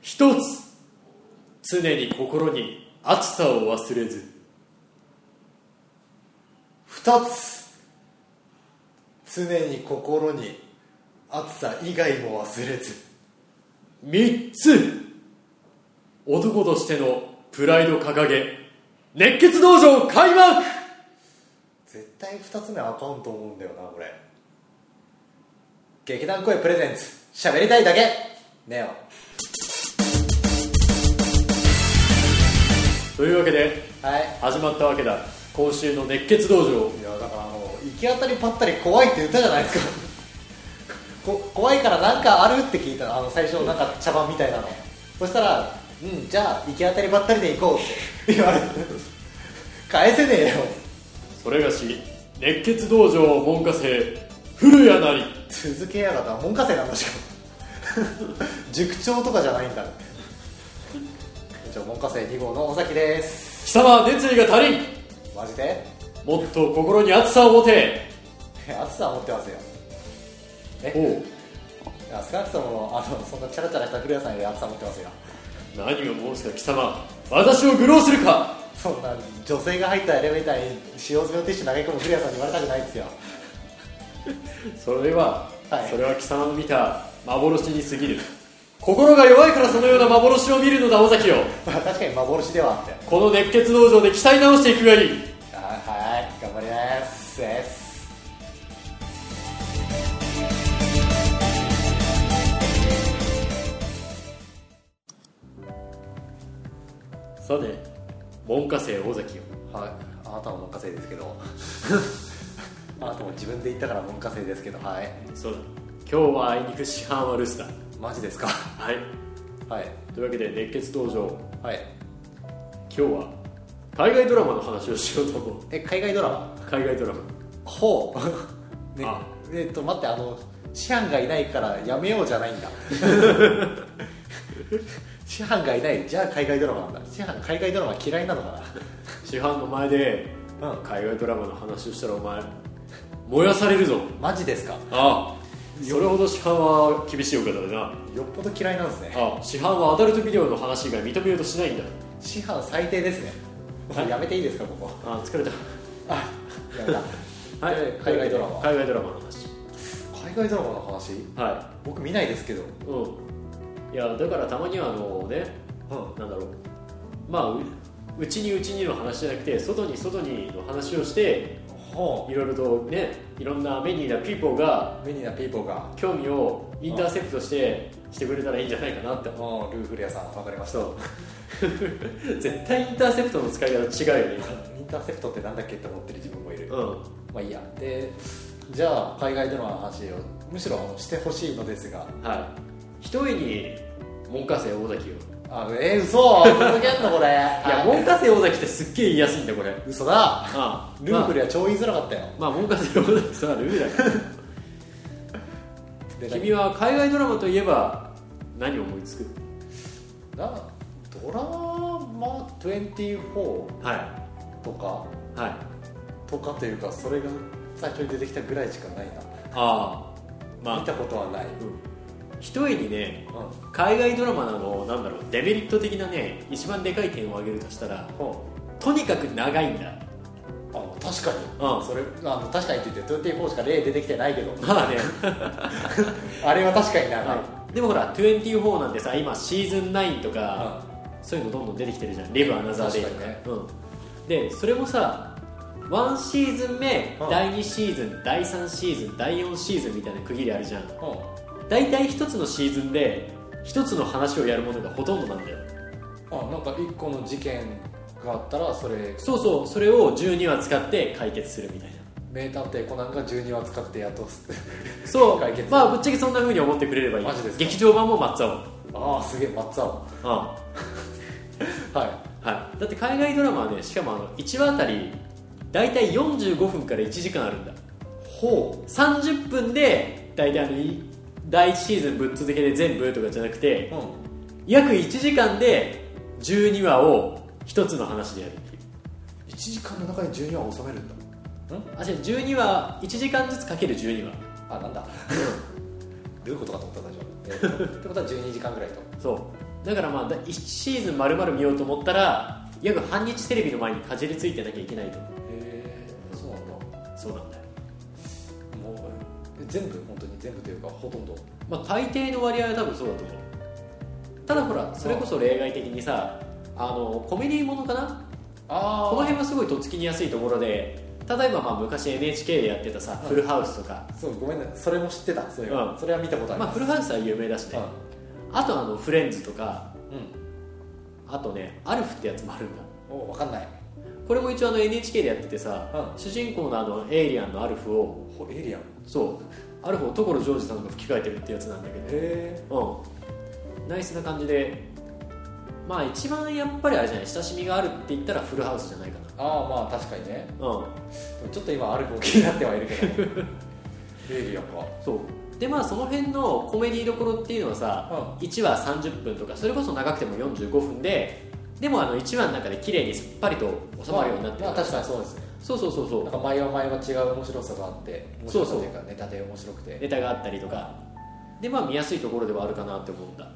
一つ常に心に熱さを忘れず二つ常に心に暑さ以外も忘れず三つ男としてのプライド掲げ熱血道場開幕絶対二つ目あかんと思うんだよなこれ劇団声プレゼンツ喋りたいだけネオというわけではい始まったわけだ今週の熱血道場いやだからあの行き当たりばったり怖いって歌じゃないですか こ怖いからなんかあるって聞いたのあの最初なんか茶番みたいなのそしたら「うんじゃあ行き当たりばったりで行こう」って 言われて返せねえよそれがし熱血道場門下生古谷なり続けやがった門下生なんだしかも 塾長とかじゃないんだ じゃあ門下生2号の尾崎です貴様熱意が足りんマジで もっと心に熱さを持て暑さは持ってますよおういや少なくともあのそんなチャラチャラした古谷さんより暑さ持ってますよ何を申すか貴様私を愚弄するかそんな女性が入ったエレベーターに使用済みのティッシュ投げ込む古谷さんに言われたくないですよそれは、はいそれは貴様の見た幻に過ぎる心が弱いからそのような幻を見るのだ尾崎よまあ確かに幻ではあってこの熱血道場で鍛え直していくがいいあはい頑張りますですさて門下生尾崎よはいあなたも門下生ですけど あなたも自分で言ったから門下生ですけどはいそうだ今日はあいにく師範は留守だマジですかはいはいというわけで熱血道場はい今日は海外ドラマの話をしようと思うえ海外ドラマ海外ドラマほうねあえっと待ってあの師範がいないからやめようじゃないんだ師範がいないじゃあ海外ドラマなんだ師範海外ドラマ嫌いなのか師範の前でなうん海外ドラマの話をしたらお前燃やされるぞマジですかああそれほど師範は厳しいお方だなよっぽど嫌いなんですねあ市販はアダルトビデオの話以外認めようとしないんだ師範最低ですねもうやめていいですかここあ疲れたあやめたはいえ海外ドラマ海外ドラマの話海外ドラマの話は僕見ないですけどいうんいやだからたまにはあのねうんなんだろうまあううちにうちにの話じゃなくて外に外にの話をしてほいろいろとねいろんなメニーなピーポーがうメニーなピーポーが興味をインターセプトしてしてくれたらいいんじゃないかなって思ううんルーフレアさんわかりましたそう 絶対インターセプトの使い方違うよねインターセプトってなんだっけって思ってる自分もいる今うんまあいいやでじゃあ海外ドラマの話をむしろしてほしいのですがはいひとえに門下生尾崎をあえー、嘘ふざけんのこれいいや、門下生尾崎ってすっげえ言いやすいんだよこれ。嘘だあルーフルは超言いづらかったよ、まあ、まあ、門下生尾崎さんはルールだから。で君は海外ドラマといえば、何を思いつくなドラマ24はとかい。はい。とかというかそれが最初に出てきたぐらいしかないな、ああ。見まあ、たことはない、うん、ひとえにね、海外ドラマなの、なんだろう、デメリット的なね、一番でかい点を挙げるとしたら、とにかく長いんだ。あ確かにうんそれあの確かにって言って24しか例出てきてないけどまあね。あれは確かに長い、でもほら、24なんてさ、今、シーズン9とか、そういうのどんどん出てきてるじゃん「リブ・アナザー・デイ」と確かかにねうん、でそれもさ1シーズン目、うん第2シーズン第3シーズン第4シーズンみたいな区切りあるじゃんうん、うん大体1つのシーズンで1つの話をやるものがほとんどなんだよあなんか1個の事件があったらそれそうそうそれを12話使って解決するみたいな名探偵コナンが12話使ってやっとす そう解決まあぶっちゃけそんな風に思ってくれればいいマジですか劇場版も松尾ああすげえ松尾あはいあはいだって海外ドラマはねしかもあの1話あたり大体45分から1時間あるんだほ30分で大体あのい第1シーズンぶっ続けで全部とかじゃなくてううん約1時間で12話を1つの話でやるっていう1時間の中に12話を収めるんだあ違う12話1時間ずつかける12話 あなんだどういうことかと思った最初、えーとってことは12時間ぐらいとそうだからまあ1シーズン丸々見ようと思ったら約半日テレビの前にかじりついてなきゃいけないとえそうなんだそうなんだよ、もうえ全部本当に全部というかほとんどまあ、大抵の割合は多分そうだと思うただほらそれこそ例外的にさあのコメディものかなあこの辺はすごいとっつきにやすいところで例えばまあ昔 NHK でやってたさ「フルハウス」とか、そうごめんねそれも知ってたそれは、うんそれは見たことありまあ、まフルす、ハウスは有名だしね、あとあの「フレンズ」とかうんあとね「アルフ」ってやつもあるんだお分かんないこれも一応あの NHK でやっててさ、うん主人公のあのエイリアンのアルフをほエイリアンへそうアルフを所ジョージさんが吹き替えてるってやつなんだけえどうんナイスな感じでまあ一番やっぱりあれじゃない親しみがあるって言ったらフルハウスじゃないかああまあ確かにねなうんちょっと今ある子気になってはいるけど エイリアンかそうでまあその辺のコメディどころっていうのはさ、1話30分とかそれこそ長くても45分ででもあの1話の中で綺麗にすっぱりと収まるようになってるまあ確かにそうですねそうそうそうそなんうか前は前は違う面白さがあって面そ白うさそうというかネタで面白くてネタがあったりとかでまあ見やすいところではあるかなって思うんだ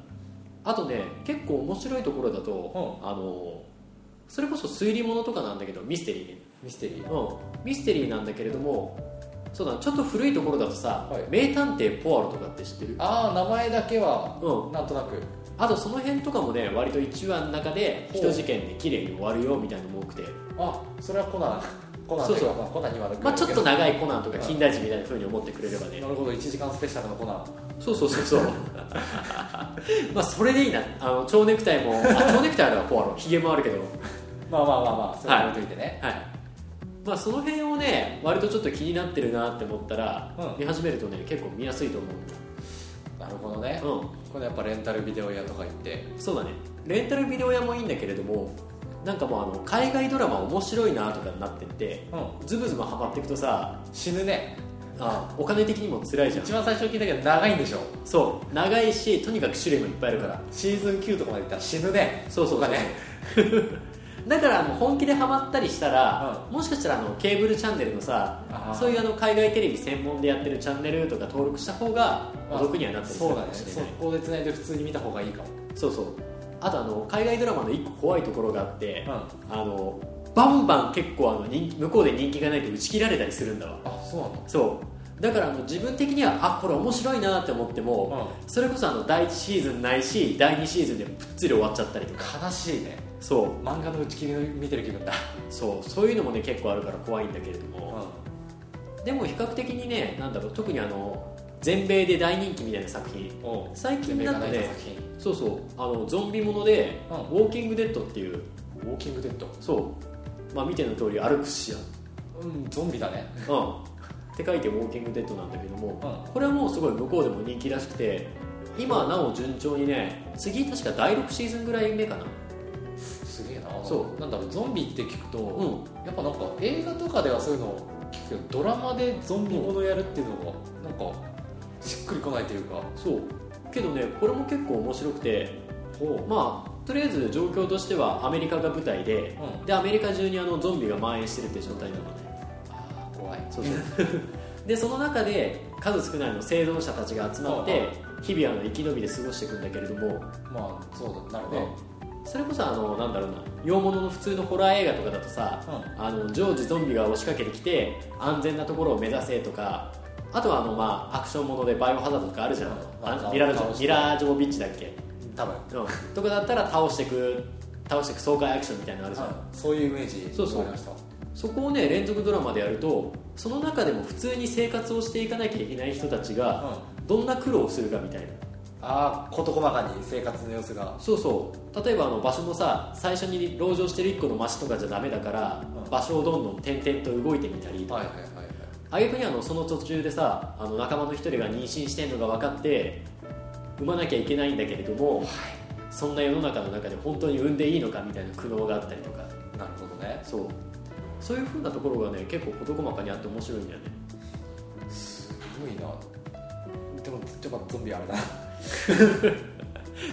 あとね結構面白いところだと、あのそれこそ推理ものとかなんだけどミステリーねミステリーうん、ミステリーなんだけれどもそうだちょっと古いところだとさ「はい名探偵ポアロ」とかって知ってるああ名前だけはうんなんとなくあとその辺とかもね割と1話の中でほう一事件で綺麗に終わるよみたいなのも多くて、あそれは コナンコナンというそうかそうまあコナンにはなるけどまあ、ちょっと長いコナンとか金田一みたいな風に思ってくれればねなるほど1時間スペシャルのコナンそうそうそうそう まあそれでいいなあの蝶ネクタイもあ 蝶ネクタイあるわポアロひげもあるけどまあまあまあまあそれは置いといてね、はいまあその辺をね割とちょっと気になってるなって思ったら、うん見始めるとね結構見やすいと思なるほどね、うんだこれやっぱレンタルビデオ屋とか行ってそうだねレンタルビデオ屋もいいんだけれどもなんかもうあの海外ドラマ面白いなとかになってってズブズブハマっていくとさ死ぬねあお金的にも辛いじゃん一番最初聞いたけど長いんでしょそう長いしとにかく種類もいっぱいあるからシーズン9とかまでいったら死ぬねそうそうそうとかね だからあの本気でハマったりしたら、もしかしたらあのケーブルチャンネルのさあーそういうあの海外テレビ専門でやってるチャンネルとか登録した方があお得にはなったりすそるうかだもねしれそないこでつないで普通に見た方がいいかもそうそうあとあの海外ドラマの一個怖いところがあって、うあのバンバン結構あの人気向こうで人気がないと打ち切られたりするんだわあそうなのそうだからあの自分的にはあこれ面白いなって思っても、それこそあの第1シーズンないし第2シーズンでぷっつり終わっちゃったりとか悲しいねそう漫画の打ち切りの見てる気分だ、そうそういうのもね結構あるから怖いんだけれどうも、でも比較的にねなんだろう特にあの全米で大人気みたいな作品おう最近だと全米が泣いねた作品そうそうあのゾンビもので、うんウォーキングデッド」っていうウォーキングデッドそうまあ見ての通り歩くしやうんゾンビだねうんって書いて「ウォーキングデッド」なんだけども、うこれはもうすごい向こうでも人気らしくて今なお順調にね次確か第6シーズンぐらい目かなすげえなそうなんだろうゾンビって聞くと、うんやっぱなんか映画とかではそういうのを聞くけどドラマでゾンビものやるっていうのがなんかしっくりこないというかそうけどねこれも結構面白くてまあとりあえず状況としてはアメリカが舞台でうでアメリカ中にあのゾンビが蔓延してるって状態なのねあー怖いそうそう でその中で数少ないの生存者たちが集まって日々あの生き延びで過ごしていくんだけれどもまあそうだなるねそれこそあのなんだろうな洋物の普通のホラー映画とかだとさ、あの常時ゾンビが押しかけてきて安全なところを目指せとかあとはあの、まあ、アクションものでバイオハザードとかあるじゃん、うんあミラージョミラージョービッチだっけ、多分うん、とかだったら倒してく倒してく爽快アクションみたいなのあるじゃん、そういうイメージそうそうわかりましたそこをね連続ドラマでやるとその中でも普通に生活をしていかなきゃいけない人たちがどんな苦労をするかみたいなああ事細かに生活の様子がそうそう例えばあの場所もさ最初に籠城してる1個の町とかじゃダメだから、うん場所をどんどん転々と動いてみたりはいはいはいはいあげくにあのその途中でさあの仲間の一人が妊娠してんのが分かって産まなきゃいけないんだけれども、そんな世の中の中で本当に産んでいいのかみたいな苦悩があったりとかなるほどねそうそういうふうなところがね結構事細かにあって面白いんだよねすごいなでもちょっとゾンビあれだな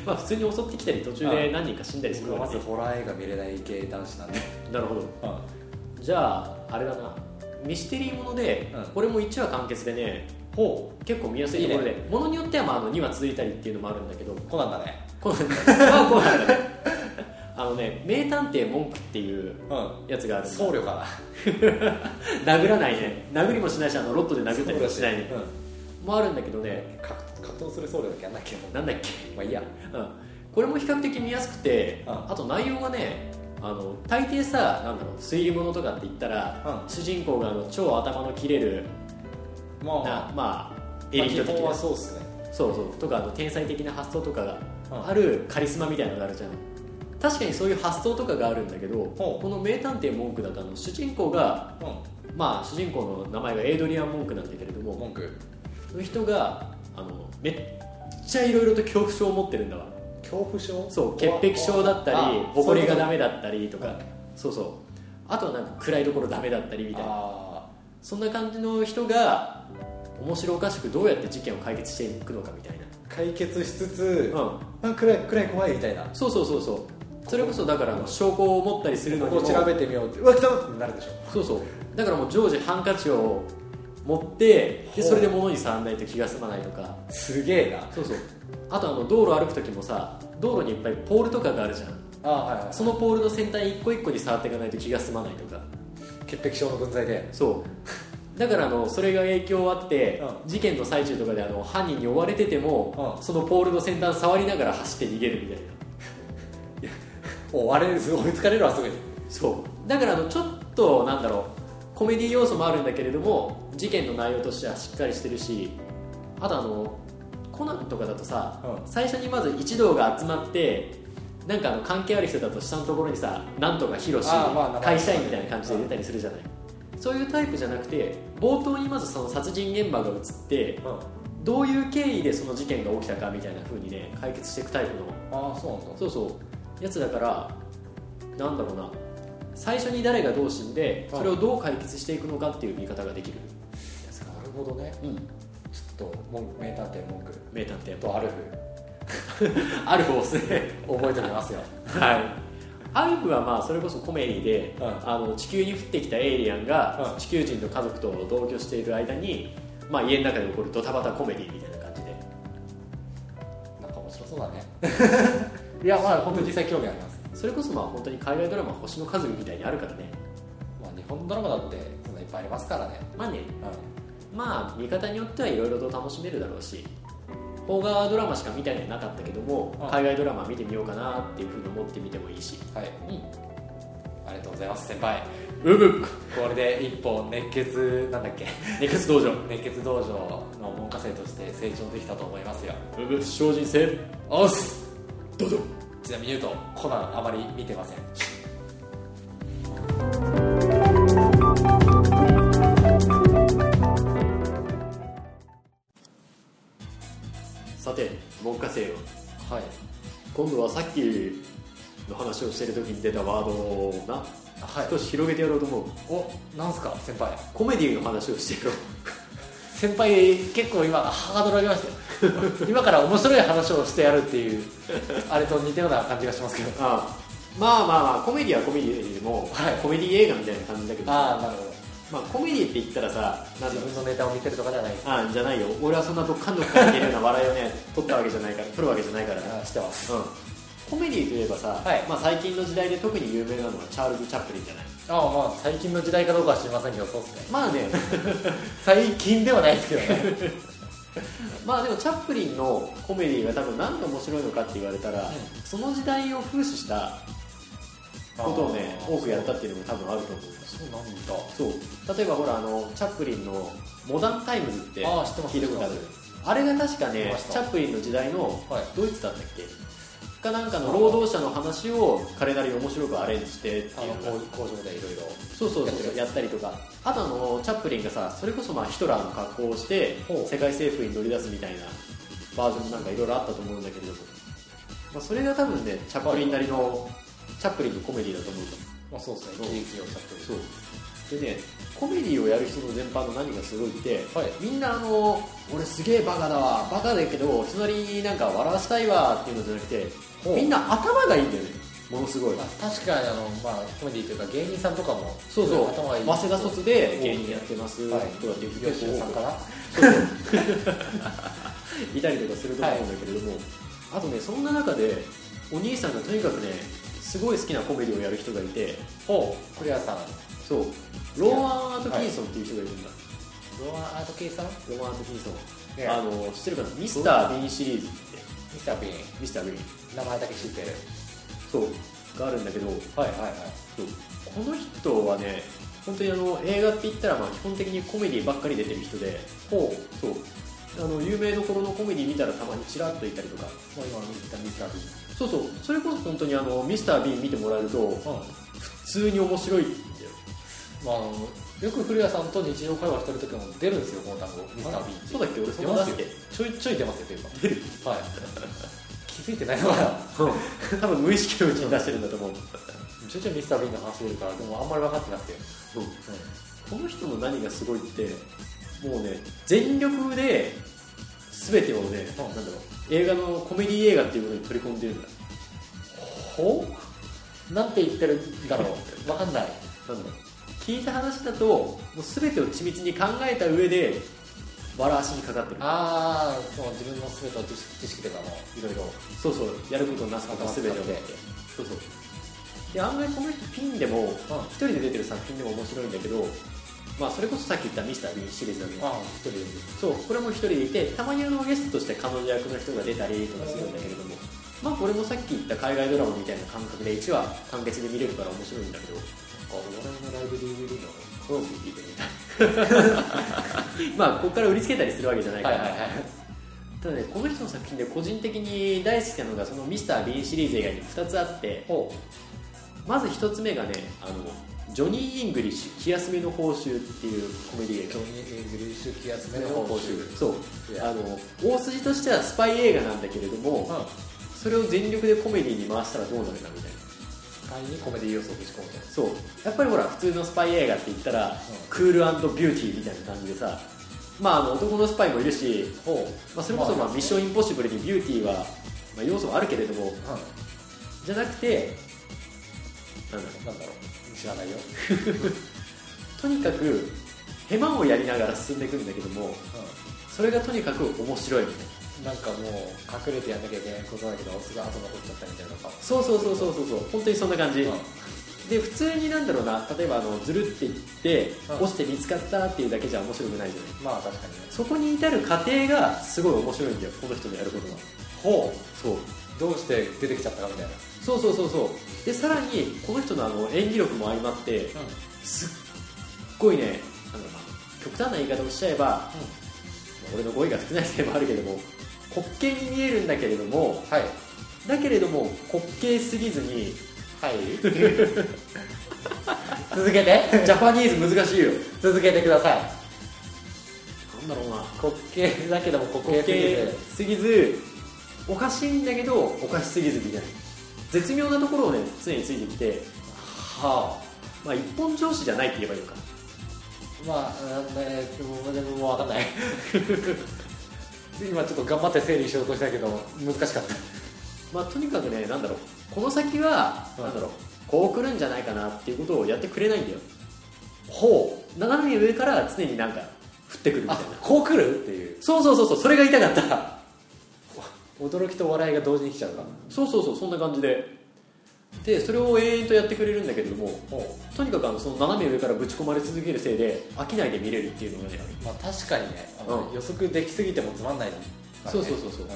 まあ普通に襲ってきたり途中で何人か死んだりする僕はからまずねホラー映画見れない系男子なんでなるほどじゃああれだなミステリーもので、うんこれも1話完結でねほ結構見やすいところでいものによってはまああの2話続いたりっていうのもあるんだけどうコナンだねコナンまあコナンだねあのね名探偵文句っていううんやつがあるんだ僧侶か殴らないね殴りもしないしあのロットでな殴ったりもしないねうんもあるんだけどね格格闘する僧侶だっけあんなっけなんだっけまあいいやうんこれも比較的見やすくて、うんあと内容がねあの大抵さなんだろう推理物とかって言ったら、うん主人公があの超頭の切れるまなあまあエリまあー基ト的本なはそうっすねそうそうとかあの天才的な発想とかがうんあるカリスマみたいなのがあるじゃん確かにそういう発想とかがあるんだけどほうこの名探偵文句だとあの主人公がうまあ主人公の名前がエイドリアン・文句なんだけれどんも文句その人があのめっちゃいろいろと恐怖症を持ってるんだわ恐怖症そう潔癖症だったりあほこりがそういうことダメだったりとうかんそうそうあとはなんか暗いところダメだったりみたいなあそんな感じの人が面白おかしくどうやって事件を解決していくのかみたいー解決しつつな、うん、なんか暗い暗い怖いみたいなこそうそうそうそうそれこそだからあの証拠を持ったりするのにこもを調べてみようってうわ来たってなるでしょそうそうだからもう常時ハンカチを持ってほでうそれで物に触らないと気が済まないとかすげえなそうそうあとあの道路歩く時もさ道路にいっぱいポールとかがあるじゃんああはい、はい、そのポールの先端一個一個に触っていかないと気が済まないとか潔癖症の分際でそうだからあのそれが影響あって、う事件の最中とかであの犯人に追われてても、うんそのポールの先端触りながら走って逃げるみたいな追われるすごい追いつかれるわすぐにそうだからあのちょっとなんだろうコメディ要素もあるんだけれども事件の内容としてはしっかりしてるしあとあのコナンとかだとさ、う最初にまず一同が集まってなんかあの関係ある人だと下のところにさなんとかヒロシあーまあ名前会社員みたいな感じで出たりするじゃないそういうタイプじゃなくて冒頭にまずその殺人現場が映ってうんあどういう経緯でその事件が起きたかみたいな風にね解決していくタイプのあそうなんだそうそうやつだからなんだろうな最初に誰がどう死んでうんそれをどう解決していくのかっていう見方ができる、なるほどねうん、ちょっと文名探偵文句名探偵とアルフアルフをすね覚えておきますよはいアルフはまあそれこそコメディで、うんあの地球に降ってきたエイリアンがうん地球人の家族と同居している間に、まあ、家の中で起こるドタバタコメディみたいな感じでなんか面白そうだ ねいやまあ本当に実際興味ありますそれこそまあ本当に海外ドラマ「星の数みたいにあるからねまあ日本のドラマだってそんないっぱいありますからねまあねうまあ見方によってはいろいろと楽しめるだろうし邦画ドラマしか見たりはなかったけどもうん海外ドラマ見てみようかなっていうふうに思ってみてもいいしんはいうんありがとうございます先輩ウーブックこれで一歩熱血なんだっけネクス道場ウ熱血道場の文科生として成長できたと思いますよーブック精進性おっすどうぞちなみに言うとコナンあまり見てませんさて文科生よはい今度はさっきの話をしてる時に出たワードをなはい少し広げてやろうと思うおなんすか先輩コメディの話をしてる先輩結構今ハードル上げましたよ 今から面白い話をしてやるっていうあれと似たような感じがしますけどああまあまあまあコメディはコメディでも、はいコメディ映画みたいな感じだけどさああなるほどまあ、コメディって言ったらさなんだ自ろう分のネタを見てるとかじゃないですあじゃないよ俺はそんなどっかんどっかんいけるような笑いをね 取ったわけじゃないから取るわけじゃないから、うん、あしてますコメディといえばさ、はいまあ、最近の時代で特に有名なのはチャールズ・チャップリンじゃないああまあ最近の時代かどうかは知りませんけどそうっすねまあね最近ではないですけどね まあでもチャップリンのコメディが多分何が面白いのかって言われたら、うんその時代を風刺した ことをね多くやったっていうのも多分あると思うそうなんだそう例えばほらあのチャップリンの「モダン・タイムズ」ってああ知ってます聞いたことあるあれが確か知ってねましたチャップリンの時代のはいドイツだったっけ、かなんかの労働者の話を彼なりに面白くアレンジしてってあいうののが工工場でいろいろそうそうやってそうるやったりとかあとあのチャップリンがさそれこそまあヒトラーの格好をしてほう世界政府に乗り出すみたいなバージョンもなんかいろいろあったと思うんだけれども、まあ、それが多分ねチャップリンなりのチャップリンのコメディだと思うんだまあそうですそうね切り口をちゃってるそうでねコメディをやる人の全般の何がすごいって、はいみんなあの俺すげえバカだわバカだけど人なりになんか笑わしたいわっていうのじゃなくてほうみんな頭がいいんだよねものすごいまあ、確かにあの、まあ、コメディというか芸人さんとかもそうそう頭がいい早稲田卒で芸人やってますとかっていう人吉結構野さんかなはいいたりとかすると思うんだけれども、あとねそんな中でお兄さんがとにかくねすごい好きなコメディをやる人がいてほうクリアさんそうローアン・アートキンソンっていう人がいるんだ、ロアアート系さんミローアン・アートキンソン、ねあの知ってるかなミスター・ビーンシリーズってスター・ビーンミスター・ビーン名前だけ知ってるそうがあるんだけどはいはいはいそうこの人はね本当にあの映画って言ったらまあ基本的にコメディばっかり出てる人でほうそうあの有名どころのコメディ見たらたまにちらっといたりとかもう今見たミスター・ビーそうそうそれこそ本当にあのミスター・ビーン見てもらえるとンうん普通に面白いってまあ、あのよく古谷さんと日常会話してる時も出るんですよこの単語ミスター・ビーンってそうだっけ俺そ出んな出ますっすけよちょいちょい出ますよというか出る はい 気づいてないのかな多分無意識のうちに出してるんだと思う、ちょいちょいミスター・ビーンの話出るからでもあんまり分かってなくて、この人の何がすごいってもうね全力で全てをね、うんなんだろう映画のコメディ映画っていうものに取り込んでるんだほうなんて言ってるんだろう 分かんないなんだろう聞いた話だともう全てを緻密に考えた上で笑わしにかかってるああその自分の全ての知識知識とかもいろいろそうそうやることなすこと全てを頭使ってそうそうで案外この人ピンでもうん一人で出てる作品でも面白いんだけどまあそれこそさっき言った「ミスター・ビーン」シリーズだけどああ一人でそうこれも一人でいてたまにあのゲストとして彼女役の人が出たりとかするんだけれどもまあこれもさっき言った海外ドラマみたいな感覚で1話完結で見れるから面白いんだけどあ俺のライブ DVD の好み聞いてみたい まあここから売りつけたりするわけじゃないかはいら、はいはいただねこの人の作品で個人的に大好きなのがそのミスター・ビーンシリーズ以外に2つあってほまず1つ目がねあのジョニー・イングリッシュ気休めの報酬っていうコメディ映ン画ジョニー・イングリッシュ気休めめのの報報酬酬そういやあの大筋としてはスパイ映画なんだけれども、ううんそれを全力でコメディに回したらどうなるかみたいなスパイにコメディ要素をぶち込むとそうやっぱりほら普通のスパイ映画って言ったら、クールビューティーみたいな感じでさまああの男のスパイもいるし、ほまあ、それこそ、まあミッションインポッシブルにビューティーは、まあ、要素はあるけれどもうじゃなくてなんだろうんなんだろう知らないようとにかくヘマをやりながら進んでいくんだけどもそれがとにかく面白いみたいななんかもう隠れてやんなきゃいけないことだけどすごい後残っちゃったみたいなのかそうそうそうそうそうそう本当にそんな感じ、うんで普通になんだろうな例えばあのずるって言って、うん落ちて見つかったっていうだけじゃ面白くないじゃないまあ確かにねそこに至る過程がすごい面白いんだよこの人のやることがほそううどうして出てきちゃったかみたいなそうそうそうそうでさらにこの人のあの演技力も相まってすっごいねなんだろうな極端な言い方をしちゃえば、まあ俺の語彙が少ないせいもあるけれども滑稽に見えるんだけれどもはいだけれども滑稽すぎずに はい 続けてジャパニーズ難しいよ続けてくださいなんだろうな滑稽だけども滑滑稽すぎ稽すぎずずおかしいんだけどおかしすぎずみたいな絶妙なところをね常についてきてはあまあ一本上司じゃないって言えばいいのかまあ、うんえー、でもでももう分かんない 今ちょっと頑張って整理しようとしたけど難しかったまあとにかくねなんだろうこの先は、うんなんだろうこう来るんじゃないかなっていうことをやってくれないんだよほう斜め上から常になんか降ってくるみたいあなこう来るっていうそうそうそうそうそれが痛かった驚きと笑いが同時に来ちゃうからそうそうそうそんな感じででそれを永遠とやってくれるんだけれどもほとにかくあのその斜め上からぶち込まれ続けるせいで飽きないで見れるっていうのがねあるうまあ確かにねあの、う予測できすぎてもつまんないからね、そうそうそうそうん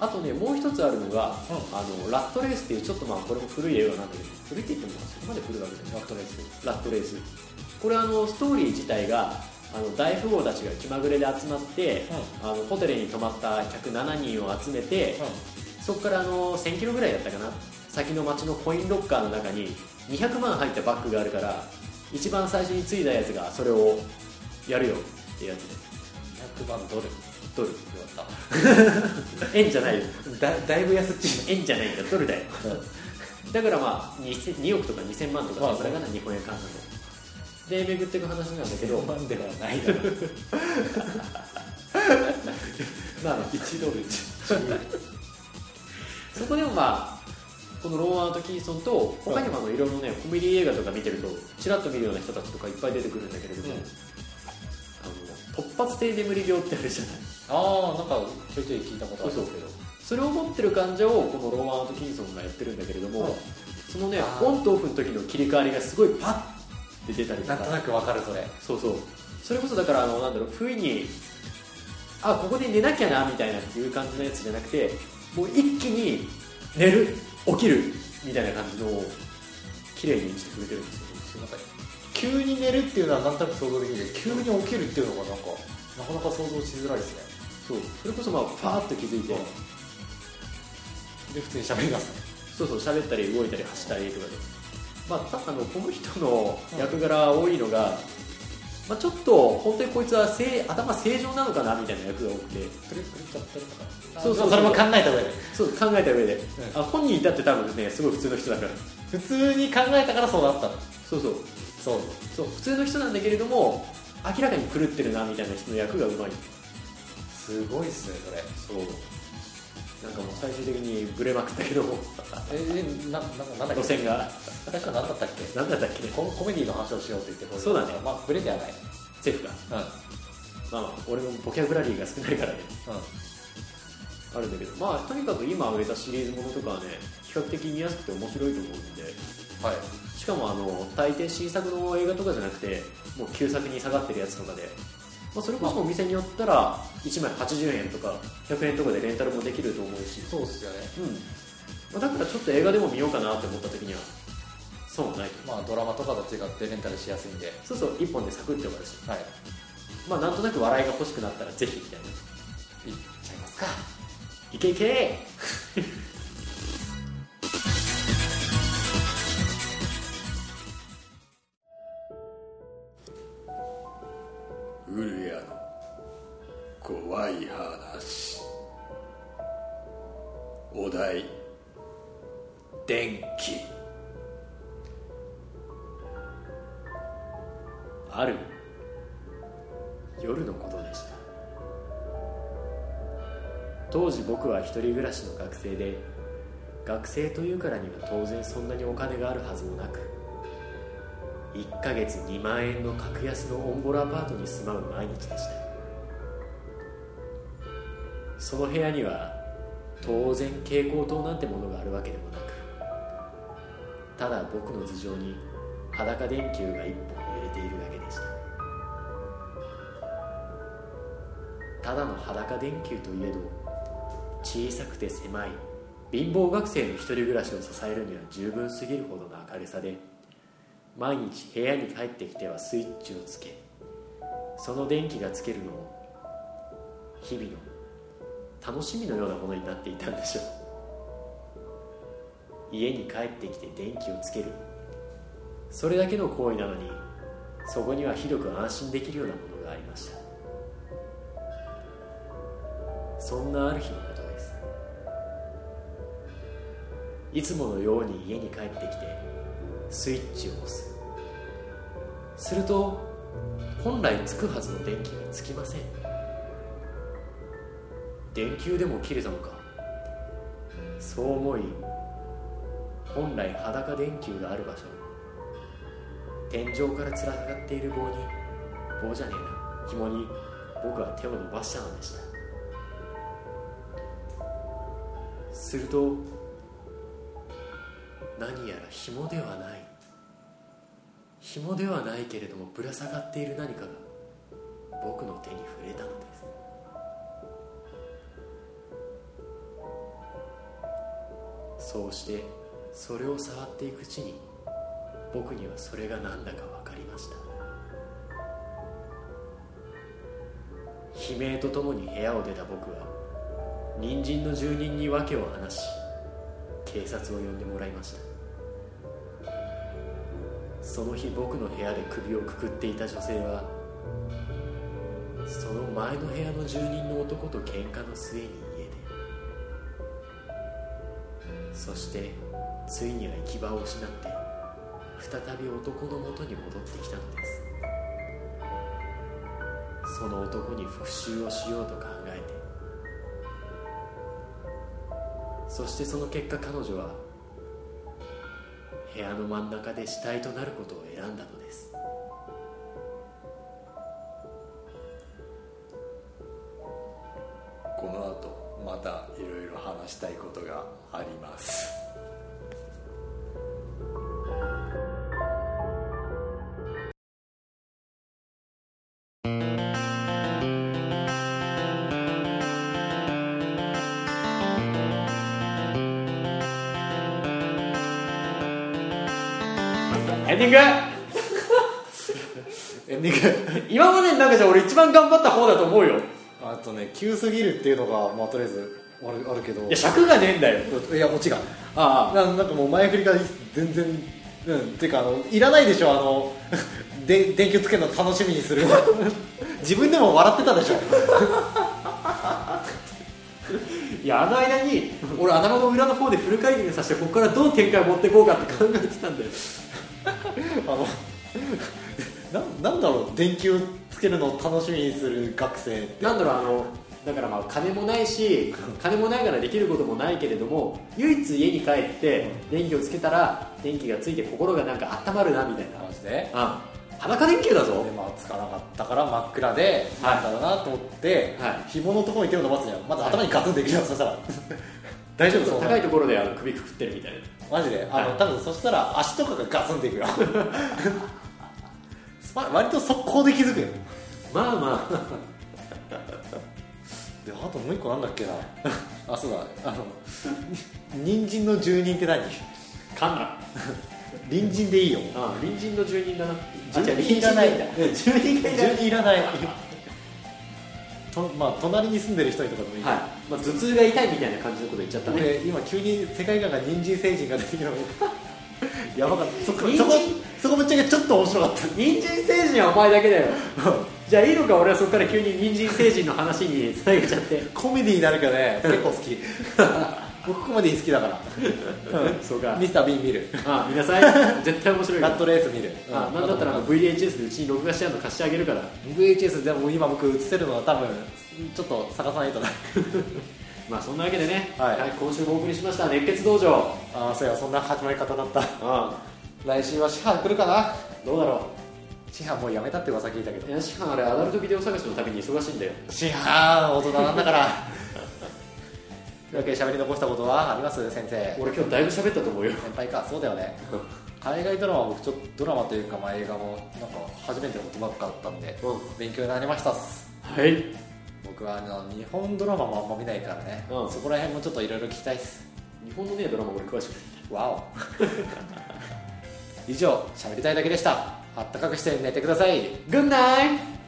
あとねもう一つあるのが、うあのラットレースっていうちょっとまあこれも古い映画なんだけど古いって言ってもそこまで古いわけじゃないラットレースラットレースこれあのストーリー自体があの大富豪たちが気まぐれで集まって、あのホテルに泊まった客7人を集めて、そこからあの1000キロぐらいだったかな先の町のコインロッカーの中に200万入ったバッグがあるから一番最初についだやつがそれをやるよってやつで200万ドルよドルかっ円じゃないよただだいぶ安っちい円じゃないんだドルだよだからまあ 2, 2億とか2000万とまかあそれかな日本円換算でで巡っていく話なんだけど1万ではないだろ う まあ1ドル そこでもまあこのローアート・キーソンと他にもあのいろいろねコメディ映画とか見てるとちらっと見るような人たちとかいっぱい出てくるんだけれども、うあんの突発性眠り病ってあるじゃないああなんかちょいちょい聞いたことあるんですけどそれを持ってる感じをこのローマン・アトキンソンがやってるんだけれども、はいそのねあーオンとオフの時の切り替わりがすごいパッて出たりとなかんとなくわかるそれそうそうそれこそだからあのなんだろう不意にあここで寝なきゃなみたいなっていう感じのやつじゃなくてもう一気に寝る起きるみたいな感じのを綺麗にしてくれてるんですよなんか急に寝るっていうのはなんとなく想像できるけど急に起きるっていうのがなんかなかなか想像しづらいですそねうそれこそまあパーッと気づいて、で普通に喋り出すねそうそう喋ったり動いたり走ったりとかで、まあ、ただあのこの人の役柄多いのが、まあ、ちょっと本当にこいつはせい頭正常なのかなみたいな役が多くてくるくるちゃってるのかそうそうそれも考えた上でそう考えた上で、あ本人いたって多分ねすごい普通の人だから普通に考えたからそうなったのそうそうそうそう普通の人なんだけれども明らかに狂ってるなみたいな人の役がうまいすごいっすねそれそうなんかもう最終的にブレまくったけどええななんかなんだ路っけ線が最初は何だったっけ何だったっけねココメディの話をしようって言ってこそうだねまあブレではないセーフがうんうんまあまあ俺のボキャブラリーが少ないからねあるんだけどまあとにかく今上げたシリーズものとかはね比較的見やすくて面白いと思うんではいしかもあの大抵新作の映画とかじゃなくてもう旧作に下がってるやつとかで、まあ、それこそお店によったら1枚80円とか100円とかでレンタルもできると思うし、そうっすよねうんまあ、だからちょっと映画でも見ようかなって思った時には損はないとまあドラマとかと違ってレンタルしやすいんでそうそう1本でサクッて終わるし、はいまあ、なんとなく笑いが欲しくなったらぜひみたいないっちゃいますかいけいけウルヤの怖い話お題電気ある夜のことでした当時僕は一人暮らしの学生で学生というからには当然そんなにお金があるはずもなく1ヶ月2万円の格安のオンボロアパートに住まう毎日でしたその部屋には当然蛍光灯なんてものがあるわけでもなくただ僕の頭上に裸電球が一本揺れているだけでしたただの裸電球といえど小さくて狭い貧乏学生の一人暮らしを支えるには十分すぎるほどの明るさで毎日部屋に帰ってきてはスイッチをつけその電気がつけるのを日々の楽しみのようなものになっていたんでしょう家に帰ってきて電気をつけるそれだけの行為なのにそこにはひどく安心できるようなものがありましたそんなある日のことですいつものように家に帰ってきてスイッチを押すすると本来つくはずの電気がつきません電球でも切れたのかそう思い本来裸電球がある場所天井からつら下がっている棒に棒じゃねえな紐に僕は手を伸ばしたのでしたすると何やら紐ではない紐ではないけれどもぶら下がっている何かが僕の手に触れたのですそうしてそれを触っていくうちに僕にはそれが何だか分かりました悲鳴とともに部屋を出た僕は隣人の住人に訳を話し警察を呼んでもらいましたその日僕の部屋で首をくくっていた女性はその前の部屋の住人の男と喧嘩の末に家出そしてついには行き場を失って再び男の元に戻ってきたのですその男に復讐をしようと考えてそしてその結果彼女は部屋の真ん中で死体となることを選んだのですこの後またいろいろ話話したいことがありますエンディングエンディング今までの中じゃ俺一番頑張った方だと思うよあとね急すぎるっていうのがまあとりあえずあるあるけどいや尺がねえんだよいやもちがあななんかもう前振りが全然うんていうかあのいらないでしょあの で電球つけるの楽しみにする 自分でも笑ってたでしょあいやあの間に俺頭の裏の方でフル回転させてここからどう展開持ってこうかって考えてたんだよ あの ななんだろう電球つけるの楽しみにする学生ってなんだろうあのだからまあ金もないし金もないからできることもないけれども唯一家に帰って電気をつけたら電気がついて心がなんか温まるなみたいなマジであ裸電球だぞでまあつかなかったから真っ暗で、はいなんだろうなと思って、はい紐のところに手を伸ばすじゃんまず頭にガツンできるじゃん、そしたら 大丈夫そう高いところであの首くくってるみたいなマジであの、はい多分そしたら足とかがガツンっていくよ スパ割と速攻で気づくよまあま あであともう一個なんだっけなあそうだあの人参の住人って何かんな隣人でいいよあ隣人の住人だな住人あ違ういらな隣人がいいいんだ 住人がいらな住い人いらないとまあ隣に住んでる人にとかでもいい、はい、まあ、頭痛が痛いみたいな感じのこと言っちゃったね俺今急に世界観が人参星人が出てき たのやばかったそこ人参そこそこぶっちゃけちょっと面白かった人参星人はお前だけだよじゃあいいのか俺はそこから急に人参星人の話につなげちゃってコメディになるかね結構 好き僕コメディ好きだからそうかミスター・ビーン見るあ見なさい絶対面白いかラッらトレース見るあなんだったらあの VHS でうちに録画してあるの貸してあげるから VHS でも今僕映せるのは多分ちょっと探さないとなまあそんなわけでね、はい今週もお送りしました熱血道場ああそうやそんな始まり方だったあ来週はシハ来るかなどうだろシハもうやめたって噂聞いたけういどやしかもあれアダルトビデオ探しのために忙しいんだよシハ大人なんだから というわけで喋り残したことはあります先生俺今日だいぶ喋ったと思うよ先輩かそうだよね海外ドラマは僕ちょっとドラマというかまあ映画もなんか初めてのことばっかだったんでうん勉強になりましたっすはい僕はあの日本ドラマもあんま見ないからね、うんそこら辺もちょっといろいろ聞きたいっす日本のねドラマ俺詳しくないわ お以上喋りたいだけでしたあったかくして寝てくださいグンナイ